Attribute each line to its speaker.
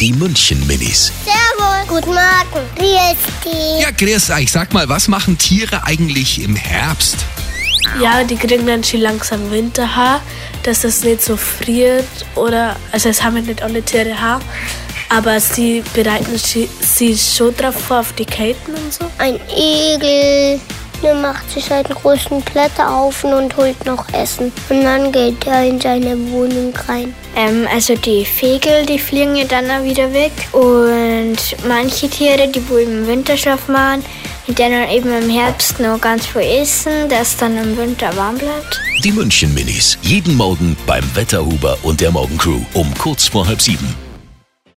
Speaker 1: Die München-Minis.
Speaker 2: Servus. Guten Morgen. Wie ist die?
Speaker 1: Ja, Chris, ich sag mal, was machen Tiere eigentlich im Herbst?
Speaker 3: Ja, die kriegen dann schon langsam Winterhaar, dass das nicht so friert oder, also es haben ja nicht alle Tiere Haar, aber sie bereiten schi- sie schon drauf vor, auf die Käten und so.
Speaker 2: Ein Igel. Der macht sich halt einen großen Blätterhaufen und holt noch Essen. Und dann geht er in seine Wohnung rein.
Speaker 4: Ähm, also die Vögel, die fliegen ja dann auch wieder weg. Und manche Tiere, die wohl im Winterschlaf machen, die dann eben im Herbst noch ganz viel essen, dass dann im Winter warm bleibt.
Speaker 1: Die München-Minis. Jeden Morgen beim Wetterhuber und der Morgencrew um kurz vor halb sieben.